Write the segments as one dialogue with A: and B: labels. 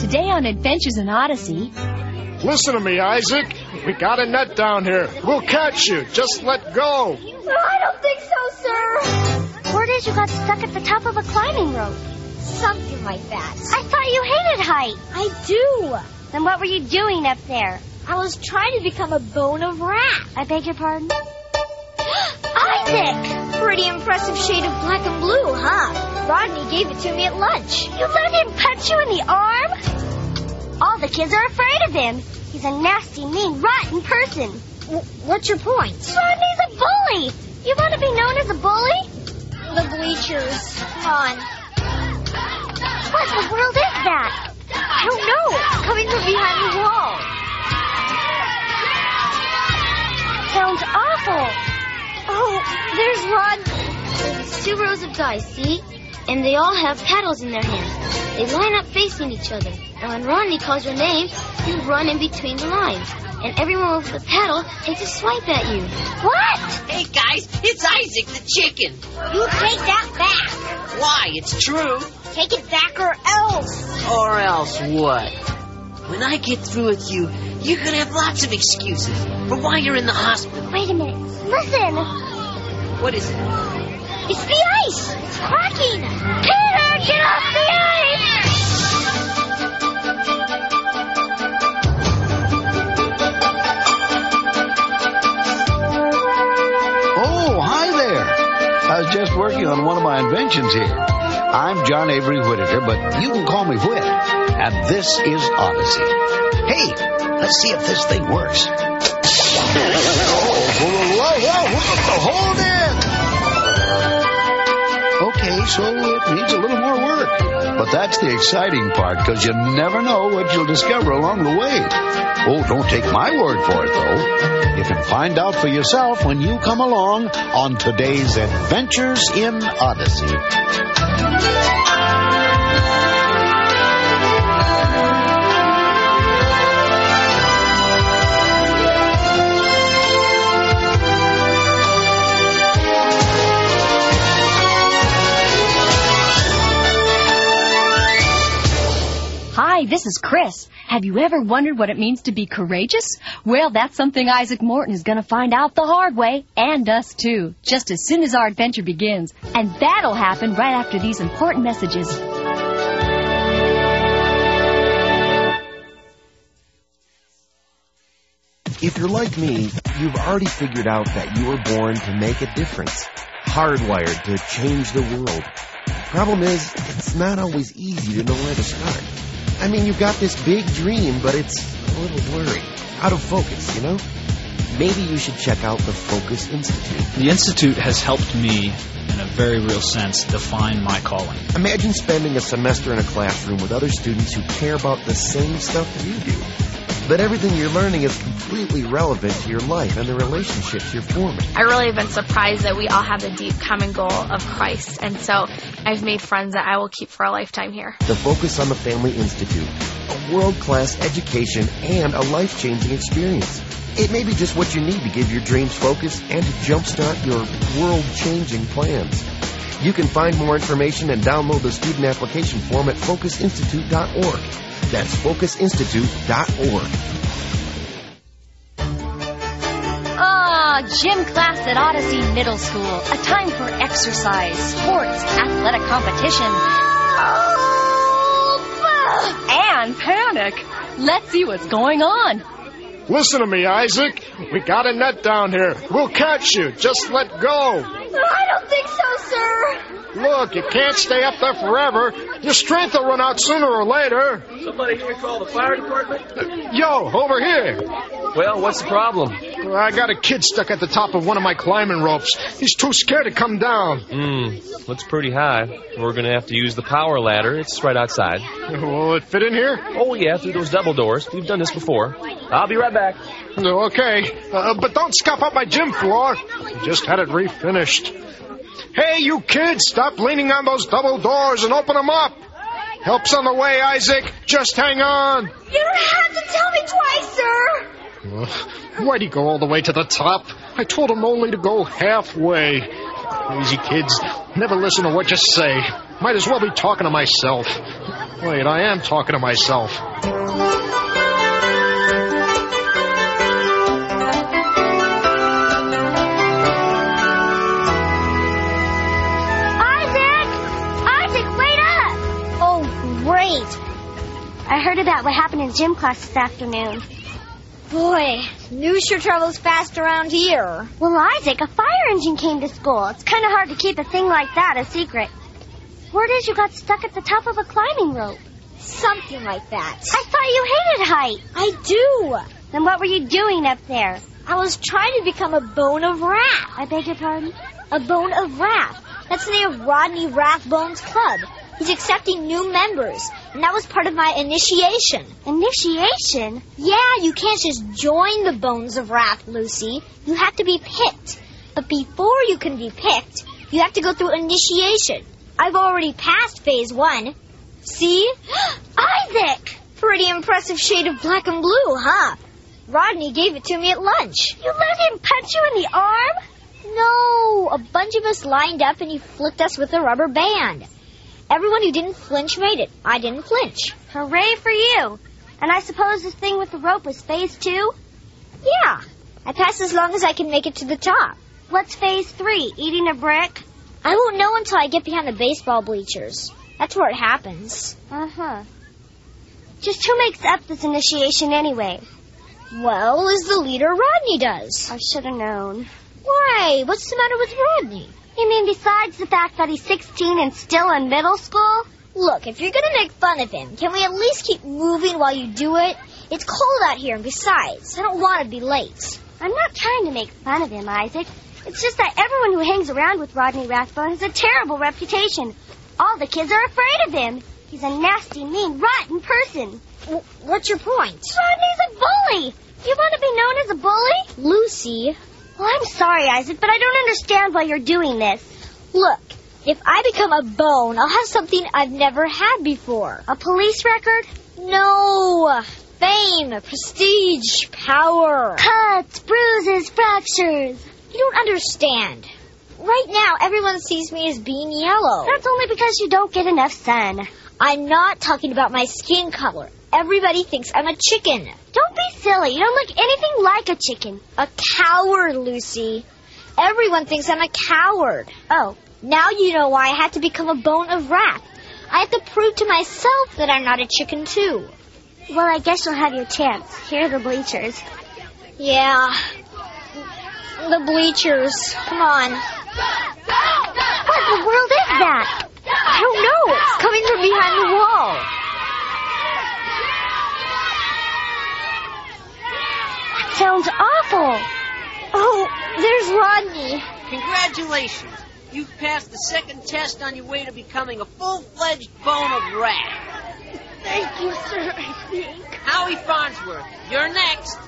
A: Today on Adventures in Odyssey,
B: Listen to me, Isaac. We got a net down here. We'll catch you. Just let go.
C: I don't think so, sir. Word is you got stuck at the top of a climbing rope. Something like that. I thought you hated height. I do. Then what were you doing up there? I was trying to become a bone of rat. I beg your pardon? Isaac! Pretty impressive shade of black and blue, huh? Rodney gave it to me at lunch. You let him punch you in the arm? All the kids are afraid of him. He's a nasty, mean, rotten person. what's your point? Rodney's a bully. You want to be known as a bully? The bleachers. Come on. What in the world is that? Oh, I don't know. It's coming from behind the wall. Sounds awful. Oh, there's Rod. There's two rows of guys, see? And they all have paddles in their hands. They line up facing each other. And when Rodney calls your name, you run in between the lines. And everyone with a paddle takes a swipe at you. What?
D: Hey guys, it's Isaac the chicken.
C: You take that back.
D: Why? It's true.
C: Take it back or else.
D: Or else what? When I get through with you, you're gonna have lots of excuses for why you're in the hospital.
C: Wait a minute. Listen.
D: What is it?
C: It's the ice. It's cracking. Peter, get off the ice.
E: Oh, hi there. I was just working on one of my inventions here. I'm John Avery Whittaker, but you can call me Whit. And this is Odyssey. Hey, let's see if this thing works. Oh, whoa, whoa, whoa, hold it! Okay, so it needs a little more work. But that's the exciting part, because you never know what you'll discover along the way. Oh, don't take my word for it, though. You can find out for yourself when you come along on today's Adventures in Odyssey.
A: Hi, this is Chris. Have you ever wondered what it means to be courageous? Well, that's something Isaac Morton is going to find out the hard way, and us too, just as soon as our adventure begins. And that'll happen right after these important messages.
F: If you're like me, you've already figured out that you were born to make a difference, hardwired to change the world. Problem is, it's not always easy to know where to start. I mean, you've got this big dream, but it's a little blurry, out of focus, you know? Maybe you should check out the Focus Institute.
G: The Institute has helped me, in a very real sense, define my calling.
F: Imagine spending a semester in a classroom with other students who care about the same stuff you do. But everything you're learning is completely relevant to your life and the relationships you're forming.
H: I really have been surprised that we all have the deep common goal of Christ, and so I've made friends that I will keep for a lifetime here.
F: The Focus on the Family Institute, a world-class education and a life-changing experience. It may be just what you need to give your dreams focus and to jumpstart your world-changing plans. You can find more information and download the student application form at focusinstitute.org. That's focusinstitute.org.
A: Ah, gym class at Odyssey Middle School. A time for exercise, sports, athletic competition. Ah, And panic. Let's see what's going on.
B: Listen to me, Isaac. We got a net down here. We'll catch you. Just let go.
C: I don't think so, sir.
B: Look, you can't stay up there forever. Your strength will run out sooner or later.
I: Somebody here call the fire department?
B: Yo, over here.
I: Well, what's the problem?
B: I got a kid stuck at the top of one of my climbing ropes. He's too scared to come down.
I: Hmm, looks pretty high. We're gonna have to use the power ladder. It's right outside.
B: Will it fit in here?
I: Oh yeah, through those double doors. We've done this before. I'll be right back.
B: No, Okay, uh, but don't scuff up my gym floor. Just had it refinished. Hey, you kids, stop leaning on those double doors and open them up. Help's on the way, Isaac. Just hang on.
C: You don't have to tell me twice, sir.
B: Ugh, Why'd he go all the way to the top? I told him only to go halfway. Crazy kids, never listen to what you say. Might as well be talking to myself. Wait, I am talking to myself.
C: Oh, I heard about what happened in gym class this afternoon. Boy, news sure travels fast around here. Well, Isaac, a fire engine came to school. It's kind of hard to keep a thing like that a secret. Word is you got stuck at the top of a climbing rope. Something like that. I thought you hated height. I do. Then what were you doing up there? I was trying to become a bone of wrath. I beg your pardon? A bone of wrath. That's the name of Rodney Rathbone's club. He's accepting new members, and that was part of my initiation. Initiation? Yeah, you can't just join the Bones of Wrath, Lucy. You have to be picked. But before you can be picked, you have to go through initiation. I've already passed phase one. See? Isaac! Pretty impressive shade of black and blue, huh? Rodney gave it to me at lunch. You let him punch you in the arm? No, a bunch of us lined up and he flicked us with a rubber band. Everyone who didn't flinch made it. I didn't flinch. Hooray for you! And I suppose this thing with the rope was phase two? Yeah. I passed as long as I can make it to the top. What's phase three? Eating a brick? I won't know until I get behind the baseball bleachers. That's where it happens. Uh huh. Just who makes up this initiation anyway? Well, as the leader, Rodney does. I should have known. Why? What's the matter with Rodney? You mean besides the fact that he's 16 and still in middle school? Look, if you're gonna make fun of him, can we at least keep moving while you do it? It's cold out here, and besides, I don't want to be late. I'm not trying to make fun of him, Isaac. It's just that everyone who hangs around with Rodney Rathbone has a terrible reputation. All the kids are afraid of him. He's a nasty, mean, rotten person. what's your point? Rodney's a bully. You want to be known as a bully? Lucy. Well, I'm sorry, Isaac, but I don't understand why you're doing this. Look, if I become a bone, I'll have something I've never had before. A police record? No. Fame, prestige, power. Cuts, bruises, fractures. You don't understand. Right now, everyone sees me as being yellow. That's only because you don't get enough sun. I'm not talking about my skin color. Everybody thinks I'm a chicken. Don't be silly. You don't look anything like a chicken. A coward, Lucy. Everyone thinks I'm a coward. Oh, now you know why I had to become a bone of wrath. I have to prove to myself that I'm not a chicken, too. Well, I guess you'll have your chance. Here are the bleachers. Yeah. The bleachers. Come on. What in the world is that? I don't know. It's coming from behind the wall. That sounds awful. Oh, there's Rodney.
D: Congratulations. You've passed the second test on your way to becoming a full-fledged bone of wrath.
C: Thank you, sir, I think.
D: Howie Farnsworth, you're next.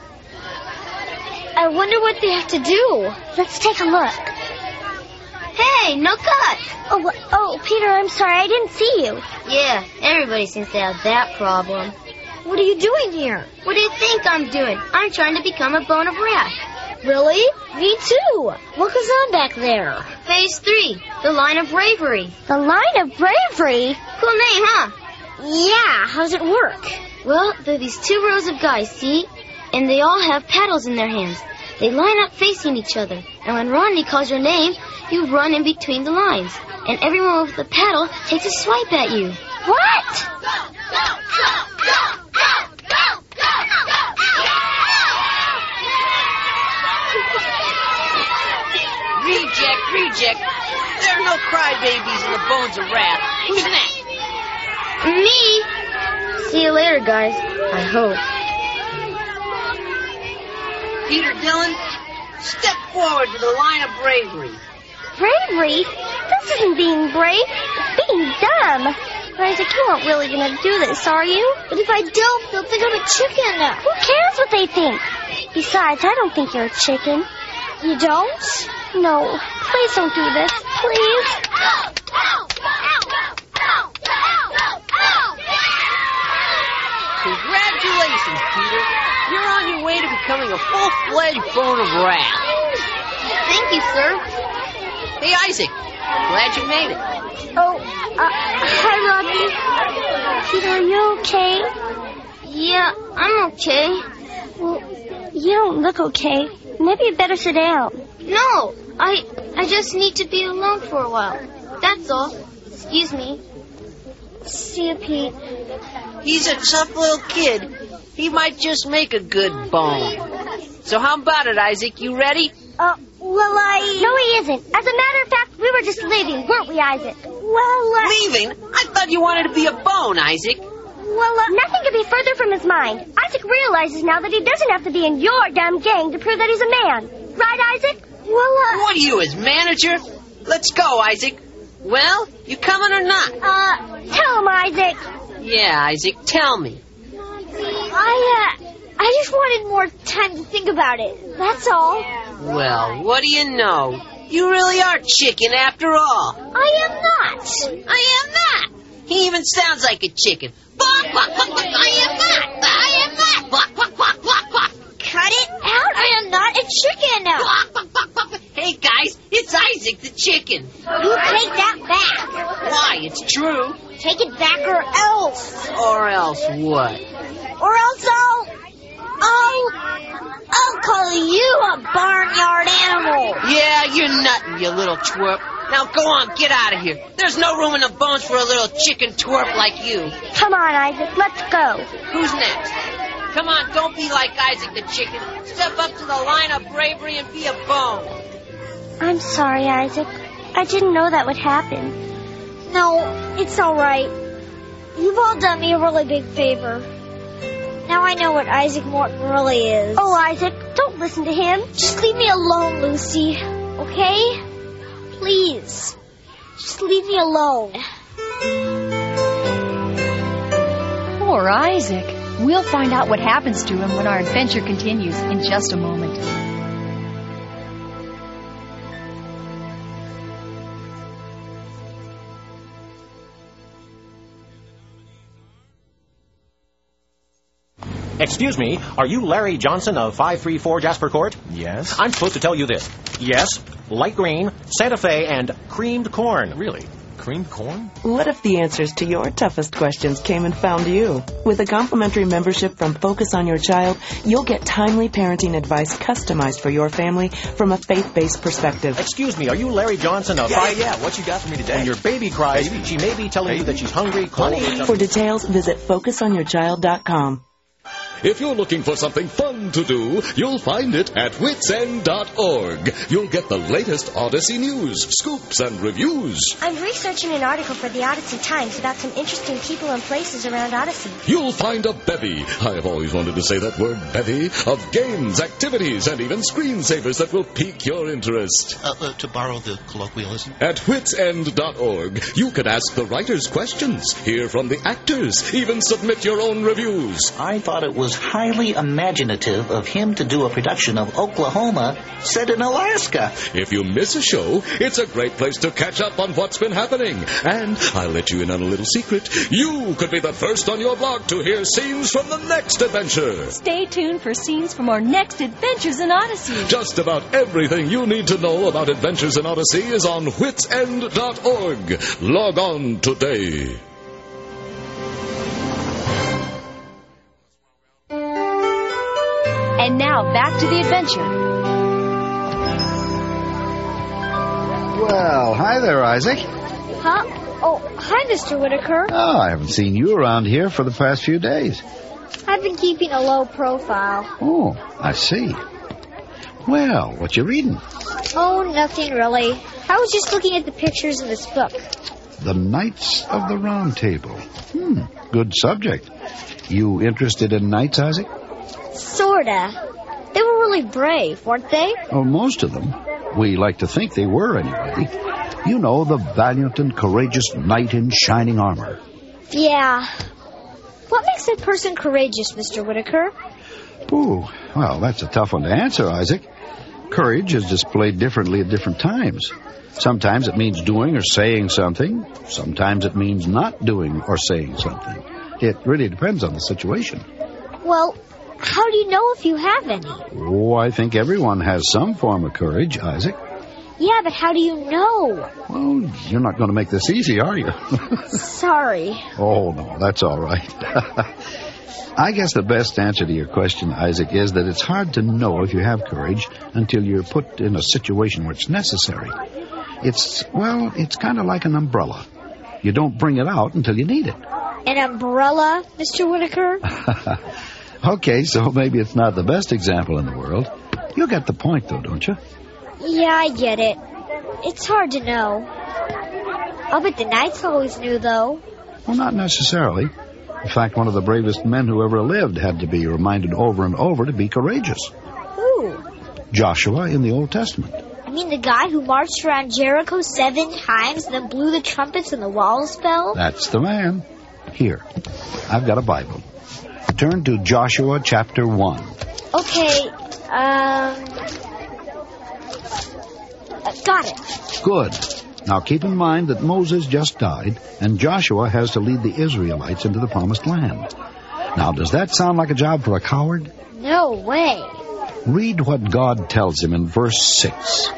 C: I wonder what they have to do. Let's take a look. Hey, no cut. Oh, wh- oh, Peter, I'm sorry. I didn't see you.
J: Yeah, everybody seems to have that problem.
C: What are you doing here?
J: What do you think I'm doing? I'm trying to become a bone of wrath.
C: Really? Me too. What goes on back there?
J: Phase three, the line of bravery.
C: The line of bravery?
J: Cool name, huh?
C: Yeah, how's it work?
J: Well, there are these two rows of guys, see? And they all have paddles in their hands. They line up facing each other. And when Rodney calls your name, you run in between the lines. And everyone with the paddle takes a swipe at you.
C: What?
D: Reject, reject. There are no crybabies in the bones of wrath. Who's next?
J: Me! See you later, guys. I hope.
D: Peter Dillon, step forward to the line of bravery.
C: Bravery? This isn't being brave. It's being dumb. Isaac, you aren't really gonna do this, are you? But if I don't, they'll think I'm a chicken. Who cares what they think? Besides, I don't think you're a chicken. You don't? No. Please don't do this. Please.
D: Congratulations, Peter. You're on your way to becoming a full-fledged bone of wrath.
J: Thank you, sir.
D: Hey, Isaac. Glad you made it.
C: Oh, uh, hi, Rodney. Peter, are you okay?
J: Yeah, I'm okay.
C: Well, you don't look okay. Maybe you better sit down.
J: No, I I just need to be alone for a while. That's all. Excuse me. See you, Pete.
D: He's a tough little kid. He might just make a good bone. So how about it, Isaac? You ready?
C: Uh, well, I. No, he isn't. As a matter of fact, we were just leaving, weren't we, Isaac? Well, uh.
D: Leaving? I thought you wanted to be a bone, Isaac.
C: Well, uh. Nothing could be further from his mind. Isaac realizes now that he doesn't have to be in your dumb gang to prove that he's a man. Right, Isaac? Well, uh.
D: What are you, his manager? Let's go, Isaac. Well, you coming or not?
C: Uh, tell him, Isaac.
D: Yeah, Isaac, tell me.
C: I, uh. I just wanted more time to think about it. That's all.
D: Well, what do you know? You really are chicken after all.
C: I am not.
D: I am not. He even sounds like a chicken. Quack, quack, quack, quack. I am not. I am not. Quack, quack, quack, quack, quack.
C: Cut it out. I am not a chicken.
D: Quack, quack, quack, quack. quack. Hey, guys, it's Isaac the chicken.
C: You take that back.
D: Why, it's true.
C: Take it back or else.
D: Or else what?
C: Or else I'll. I'll. I'll call you a barnyard animal.
D: Yeah, you're nothing, you little twerp. Now go on, get out of here. There's no room in the bones for a little chicken twerp like you.
C: Come on, Isaac. Let's go.
D: Who's next? Come on, don't be like Isaac the chicken. Step up to the line of bravery and be a bone.
C: I'm sorry, Isaac. I didn't know that would happen. No, it's all right. You've all done me a really big favor. Now I know what Isaac Morton really is. Oh, Isaac, don't listen to him. Just leave me alone, Lucy. Okay? Please. Just leave me alone.
A: Poor Isaac. We'll find out what happens to him when our adventure continues in just a moment.
K: Excuse me, are you Larry Johnson of 534 Jasper Court?
L: Yes?
K: I'm supposed to tell you this. Yes, light green, Santa Fe, and creamed corn.
L: Really? Creamed corn?
M: What if the answers to your toughest questions came and found you? With a complimentary membership from Focus on Your Child, you'll get timely parenting advice customized for your family from a faith-based perspective.
K: Excuse me, are you Larry Johnson of
L: Yeah,
K: five?
L: yeah, yeah. What you got for me today?
K: When your baby cries,
L: Baby.
K: she may be telling you
L: Baby.
K: that she's hungry, cold, or something.
M: For details, visit focusonyourchild.com.
N: If you're looking for something fun to do, you'll find it at witsend.org. You'll get the latest Odyssey news, scoops, and reviews.
C: I'm researching an article for the Odyssey Times about some interesting people and places around Odyssey.
N: You'll find a bevy, I have always wanted to say that word bevy, of games, activities, and even screensavers that will pique your interest.
O: Uh, uh, to borrow the colloquialism.
N: At witsend.org, you can ask the writers questions, hear from the actors, even submit your own reviews.
O: I thought it was highly imaginative of him to do a production of Oklahoma set in Alaska.
N: If you miss a show, it's a great place to catch up on what's been happening. And I'll let you in on a little secret. You could be the first on your blog to hear scenes from the next adventure.
A: Stay tuned for scenes from our next Adventures in Odyssey.
N: Just about everything you need to know about Adventures in Odyssey is on witsend.org. Log on today.
A: And now back to the adventure.
E: Well, hi there, Isaac.
C: Huh? Oh, hi, Mr. Whitaker.
E: Oh, I haven't seen you around here for the past few days.
C: I've been keeping a low profile.
E: Oh, I see. Well, what you reading?
C: Oh, nothing really. I was just looking at the pictures in this book.
E: The Knights of the Round Table. Hmm, good subject. You interested in knights, Isaac?
C: Sorta. They were really brave, weren't they?
E: Oh, most of them. We like to think they were, anyway. You know, the valiant and courageous knight in shining armor.
C: Yeah. What makes a person courageous, Mr. Whitaker?
E: Ooh, well, that's a tough one to answer, Isaac. Courage is displayed differently at different times. Sometimes it means doing or saying something. Sometimes it means not doing or saying something. It really depends on the situation.
C: Well, how do you know if you have any?
E: Oh, I think everyone has some form of courage, Isaac.
C: Yeah, but how do you know?
E: Well, you're not going to make this easy, are you?
C: Sorry.
E: oh, no, that's all right. I guess the best answer to your question, Isaac, is that it's hard to know if you have courage until you're put in a situation where it's necessary. It's, well, it's kind of like an umbrella. You don't bring it out until you need it.
C: An umbrella, Mr. Whitaker?
E: okay, so maybe it's not the best example in the world. You get the point, though, don't you?
C: yeah, I get it. It's hard to know. I'll bet the Knights always knew, though.
E: Well, not necessarily. In fact, one of the bravest men who ever lived had to be reminded over and over to be courageous.
C: Who?
E: Joshua in the Old Testament.
C: I mean, the guy who marched around Jericho seven times and then blew the trumpets and the walls fell?
E: That's the man. Here, I've got a Bible. Turn to Joshua chapter 1.
C: Okay, um. uh, Got it.
E: Good. Now keep in mind that Moses just died, and Joshua has to lead the Israelites into the promised land. Now, does that sound like a job for a coward?
C: No way.
E: Read what God tells him in verse 6.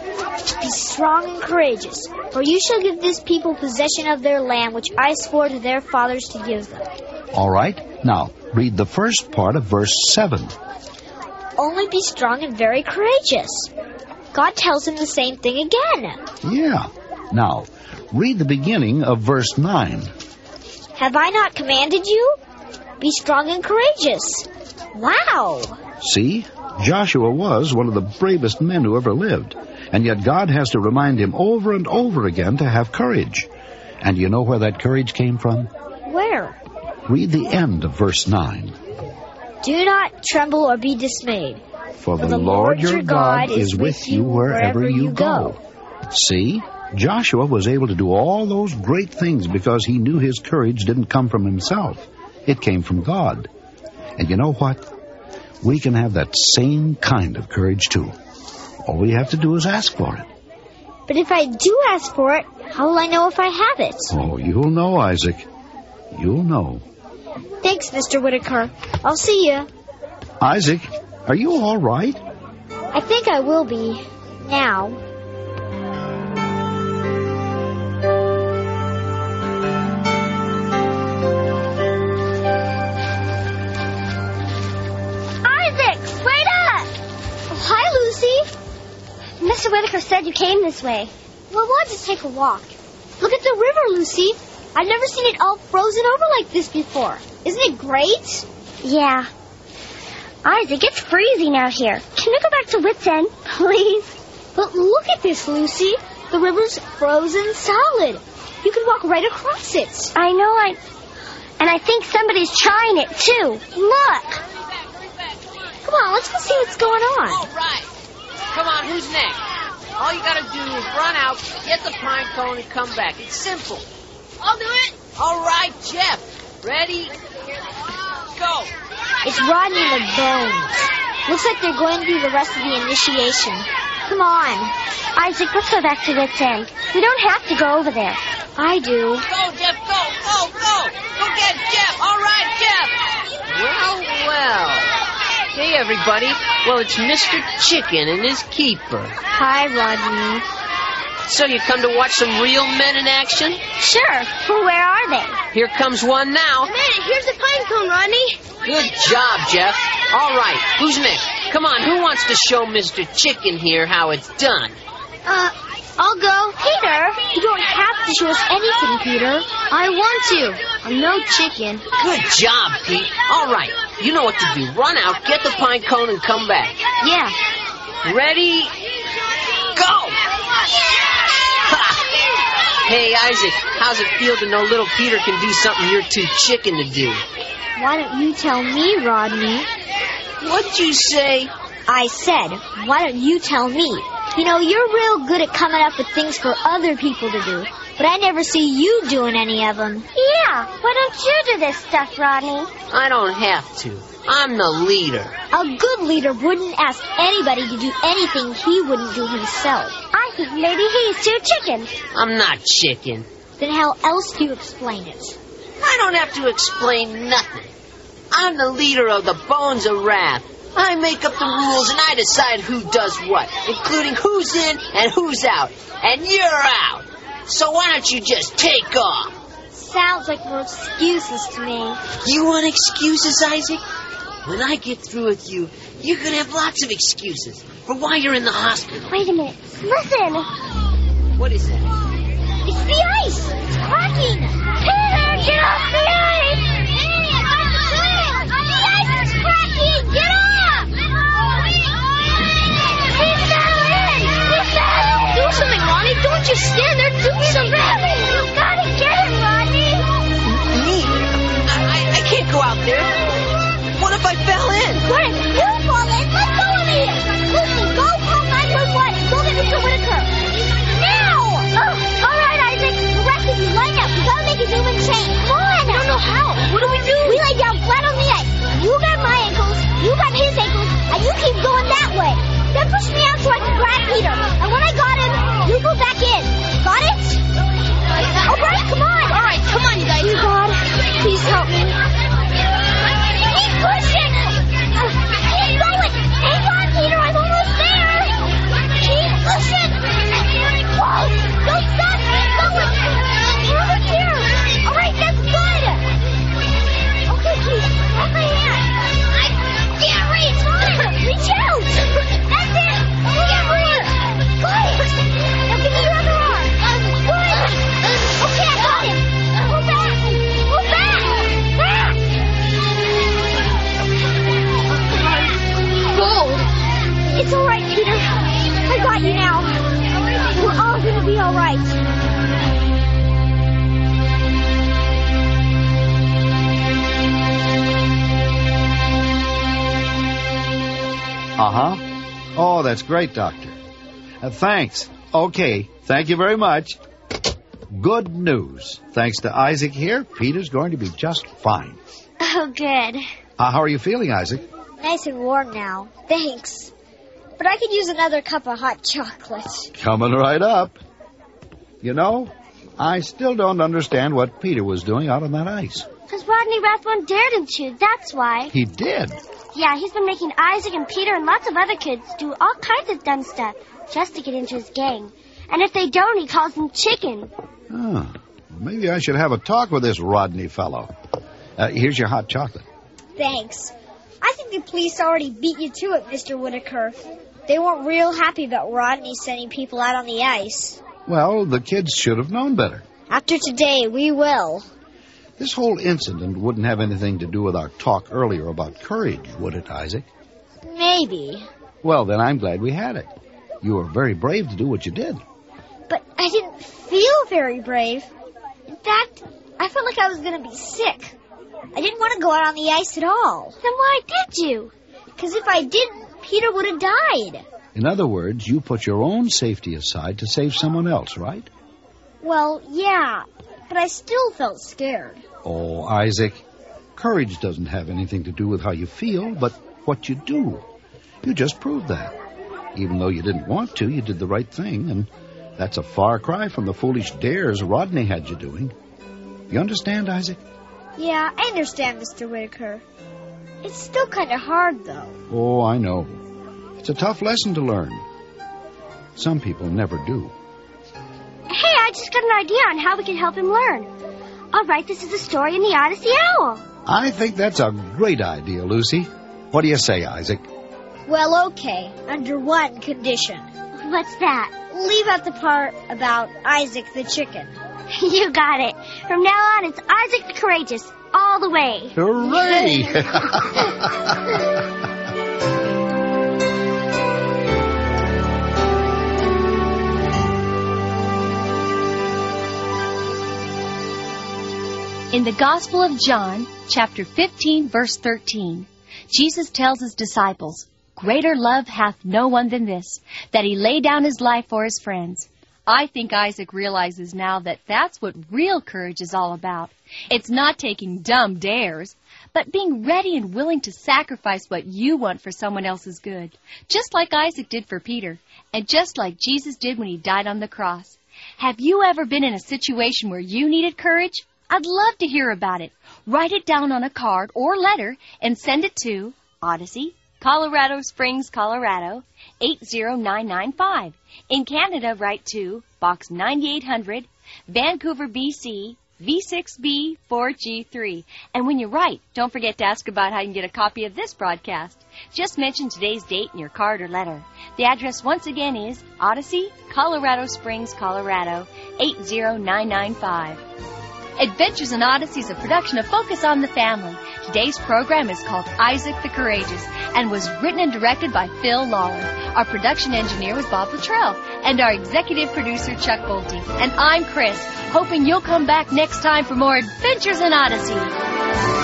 C: Be strong and courageous, for you shall give this people possession of their land, which I swore to their fathers to give them.
E: All right, now read the first part of verse 7.
C: Only be strong and very courageous. God tells him the same thing again.
E: Yeah. Now, read the beginning of verse 9.
C: Have I not commanded you? Be strong and courageous. Wow.
E: See, Joshua was one of the bravest men who ever lived, and yet God has to remind him over and over again to have courage. And you know where that courage came from?
C: Where?
E: Read the end of verse 9.
C: Do not tremble or be dismayed.
E: For the, Lord your God is with you wherever you go. See, Joshua was able to do all those great things because he knew his courage didn't come from himself, it came from God. And you know what? We can have that same kind of courage too. All we have to do is ask for it.
C: But if I do ask for it, how will I know if I have it?
E: Oh, you'll know, Isaac. You'll know.
C: Thanks, Mr. Whitaker. I'll see you.
E: Isaac, are you all right?
C: I think I will be. Now. Isaac, wait up! hi, Lucy. Mr. Whitaker said you came this way. Well, we'll just take a walk. Look at the river, Lucy. I've never seen it all frozen over like this before. Isn't it great? Yeah. Isaac, it's freezing out here. Can we go back to Wits End, please? But look at this, Lucy. The river's frozen solid. You can walk right across it. I know, I. And I think somebody's trying it, too. Look! Come on, let's go see what's going
D: All
C: on.
D: right. Come on, who's next? All you gotta do is run out, get the pine cone, and come back. It's simple. I'll do it. All right, Jeff. Ready? Go.
C: It's Rodney and the bones. Looks like they're going through the rest of the initiation. Come on. Isaac, let's go back to Wits End. We don't have to go over there. I do.
D: Go, Jeff, go, go, go. Go get Jeff. All right, Jeff. Well, well. Hey, everybody. Well, it's Mr. Chicken and his keeper.
C: Hi, Rodney.
D: So you come to watch some real men in action?
C: Sure. Well, where are they?
D: Here comes one now.
C: made it. Here's the pine cone, Rodney.
D: Good job, Jeff. All right, who's next? Come on, who wants to show Mr. Chicken here how it's done?
C: Uh, I'll go. Peter, you don't have to show us anything, Peter. I want to. I'm no chicken.
D: Good job, Pete. All right, you know what to do. Run out, get the pine cone, and come back.
C: Yeah.
D: Ready? Go! Ha! Hey, Isaac, how's it feel to know little Peter can do something you're too chicken to do?
C: Why don't you tell me, Rodney?
D: What'd you say?
C: I said, why don't you tell me? You know, you're real good at coming up with things for other people to do, but I never see you doing any of them. Yeah, why don't you do this stuff, Rodney?
D: I don't have to. I'm the leader.
C: A good leader wouldn't ask anybody to do anything he wouldn't do himself. I think maybe he's too chicken.
D: I'm not chicken.
C: Then how else do you explain it?
D: I don't have to explain nothing. I'm the leader of the Bones of Wrath. I make up the rules and I decide who does what, including who's in and who's out. And you're out. So why don't you just take off?
C: Sounds like more excuses to me.
D: You want excuses, Isaac? When I get through with you, you're gonna have lots of excuses for why you're in the hospital.
C: Wait a minute. Listen.
D: What is that?
C: It's the ice. It's cracking.
D: dude. What if I fell in?
C: Greg, you fall in. Let go of me. Listen, go call 911. Go get Mr. Whitaker. Now! Ugh, all right, Isaac. The rest of you line up. We gotta make a human chain. Come on. I don't know how. What do we do? We lay down flat on the ice. You grab my ankles. You grab his ankles. And you keep going that way. Then push me out so I can grab Peter. And when I got him, you go back in. Got it? All right, Oh, come on. All right, come on, you guys. God, please help me. Keep pushing. Uh, keep going. Hang on, Peter. I'm almost there. Keep pushing. Whoa! Don't stop. Keep going. You're almost here. All right, that's good. Okay, Keith. Grab my hand. I can't reach. reach out. That's it. Can't reach. Good. Now give me your other arm. Good. Okay, I got him. Go back. Go back. Back. Gold. It's all right, Peter. I got you now. We're all gonna be all right.
E: Uh huh. Oh, that's great, Doctor. Uh, thanks. Okay, thank you very much. Good news. Thanks to Isaac here, Peter's going to be just fine.
C: Oh, good.
E: Uh, how are you feeling, Isaac?
C: Nice and warm now. Thanks. But I could use another cup of hot chocolate.
E: Coming right up. You know, I still don't understand what Peter was doing out on that ice.
C: Because Rodney Rathbone dared him to, that's why.
E: He did.
C: Yeah, he's been making Isaac and Peter and lots of other kids do all kinds of dumb stuff just to get into his gang. And if they don't, he calls them chicken.
E: Oh, maybe I should have a talk with this Rodney fellow. Uh, here's your hot chocolate.
P: Thanks. I think the police already beat you to it, Mr. Whitaker. They weren't real happy about Rodney sending people out on the ice.
E: Well, the kids should have known better.
P: After today, we will.
E: This whole incident wouldn't have anything to do with our talk earlier about courage, would it, Isaac?
P: Maybe.
E: Well, then I'm glad we had it. You were very brave to do what you did.
P: But I didn't feel very brave. In fact, I felt like I was going to be sick. I didn't want to go out on the ice at all. Then why did you? Because if I didn't, Peter would have died.
E: In other words, you put your own safety aside to save someone else, right?
P: Well, yeah, but I still felt scared.
E: Oh, Isaac, courage doesn't have anything to do with how you feel, but what you do. You just proved that. Even though you didn't want to, you did the right thing, and that's a far cry from the foolish dares Rodney had you doing. You understand, Isaac?
P: Yeah, I understand, Mr. Whitaker. It's still kind of hard, though.
E: Oh, I know. It's a tough lesson to learn. Some people never do.
C: Hey, I just got an idea on how we can help him learn. All right, this is a story in the Odyssey Owl.
E: I think that's a great idea, Lucy. What do you say, Isaac?
P: Well, okay, under one condition.
C: What's that?
P: Leave out the part about Isaac the chicken.
C: You got it. From now on, it's Isaac the Courageous, all the way.
E: Hooray!
A: In the Gospel of John, chapter 15, verse 13, Jesus tells his disciples, Greater love hath no one than this, that he lay down his life for his friends. I think Isaac realizes now that that's what real courage is all about. It's not taking dumb dares, but being ready and willing to sacrifice what you want for someone else's good. Just like Isaac did for Peter, and just like Jesus did when he died on the cross. Have you ever been in a situation where you needed courage? I'd love to hear about it. Write it down on a card or letter and send it to Odyssey, Colorado Springs, Colorado 80995. In Canada, write to Box 9800, Vancouver, BC V6B4G3. And when you write, don't forget to ask about how you can get a copy of this broadcast. Just mention today's date in your card or letter. The address once again is Odyssey, Colorado Springs, Colorado 80995. Adventures in Odyssey is a production of Focus on the Family. Today's program is called Isaac the Courageous and was written and directed by Phil Lawler. Our production engineer was Bob Luttrell and our executive producer Chuck Bolte. And I'm Chris, hoping you'll come back next time for more Adventures in Odyssey.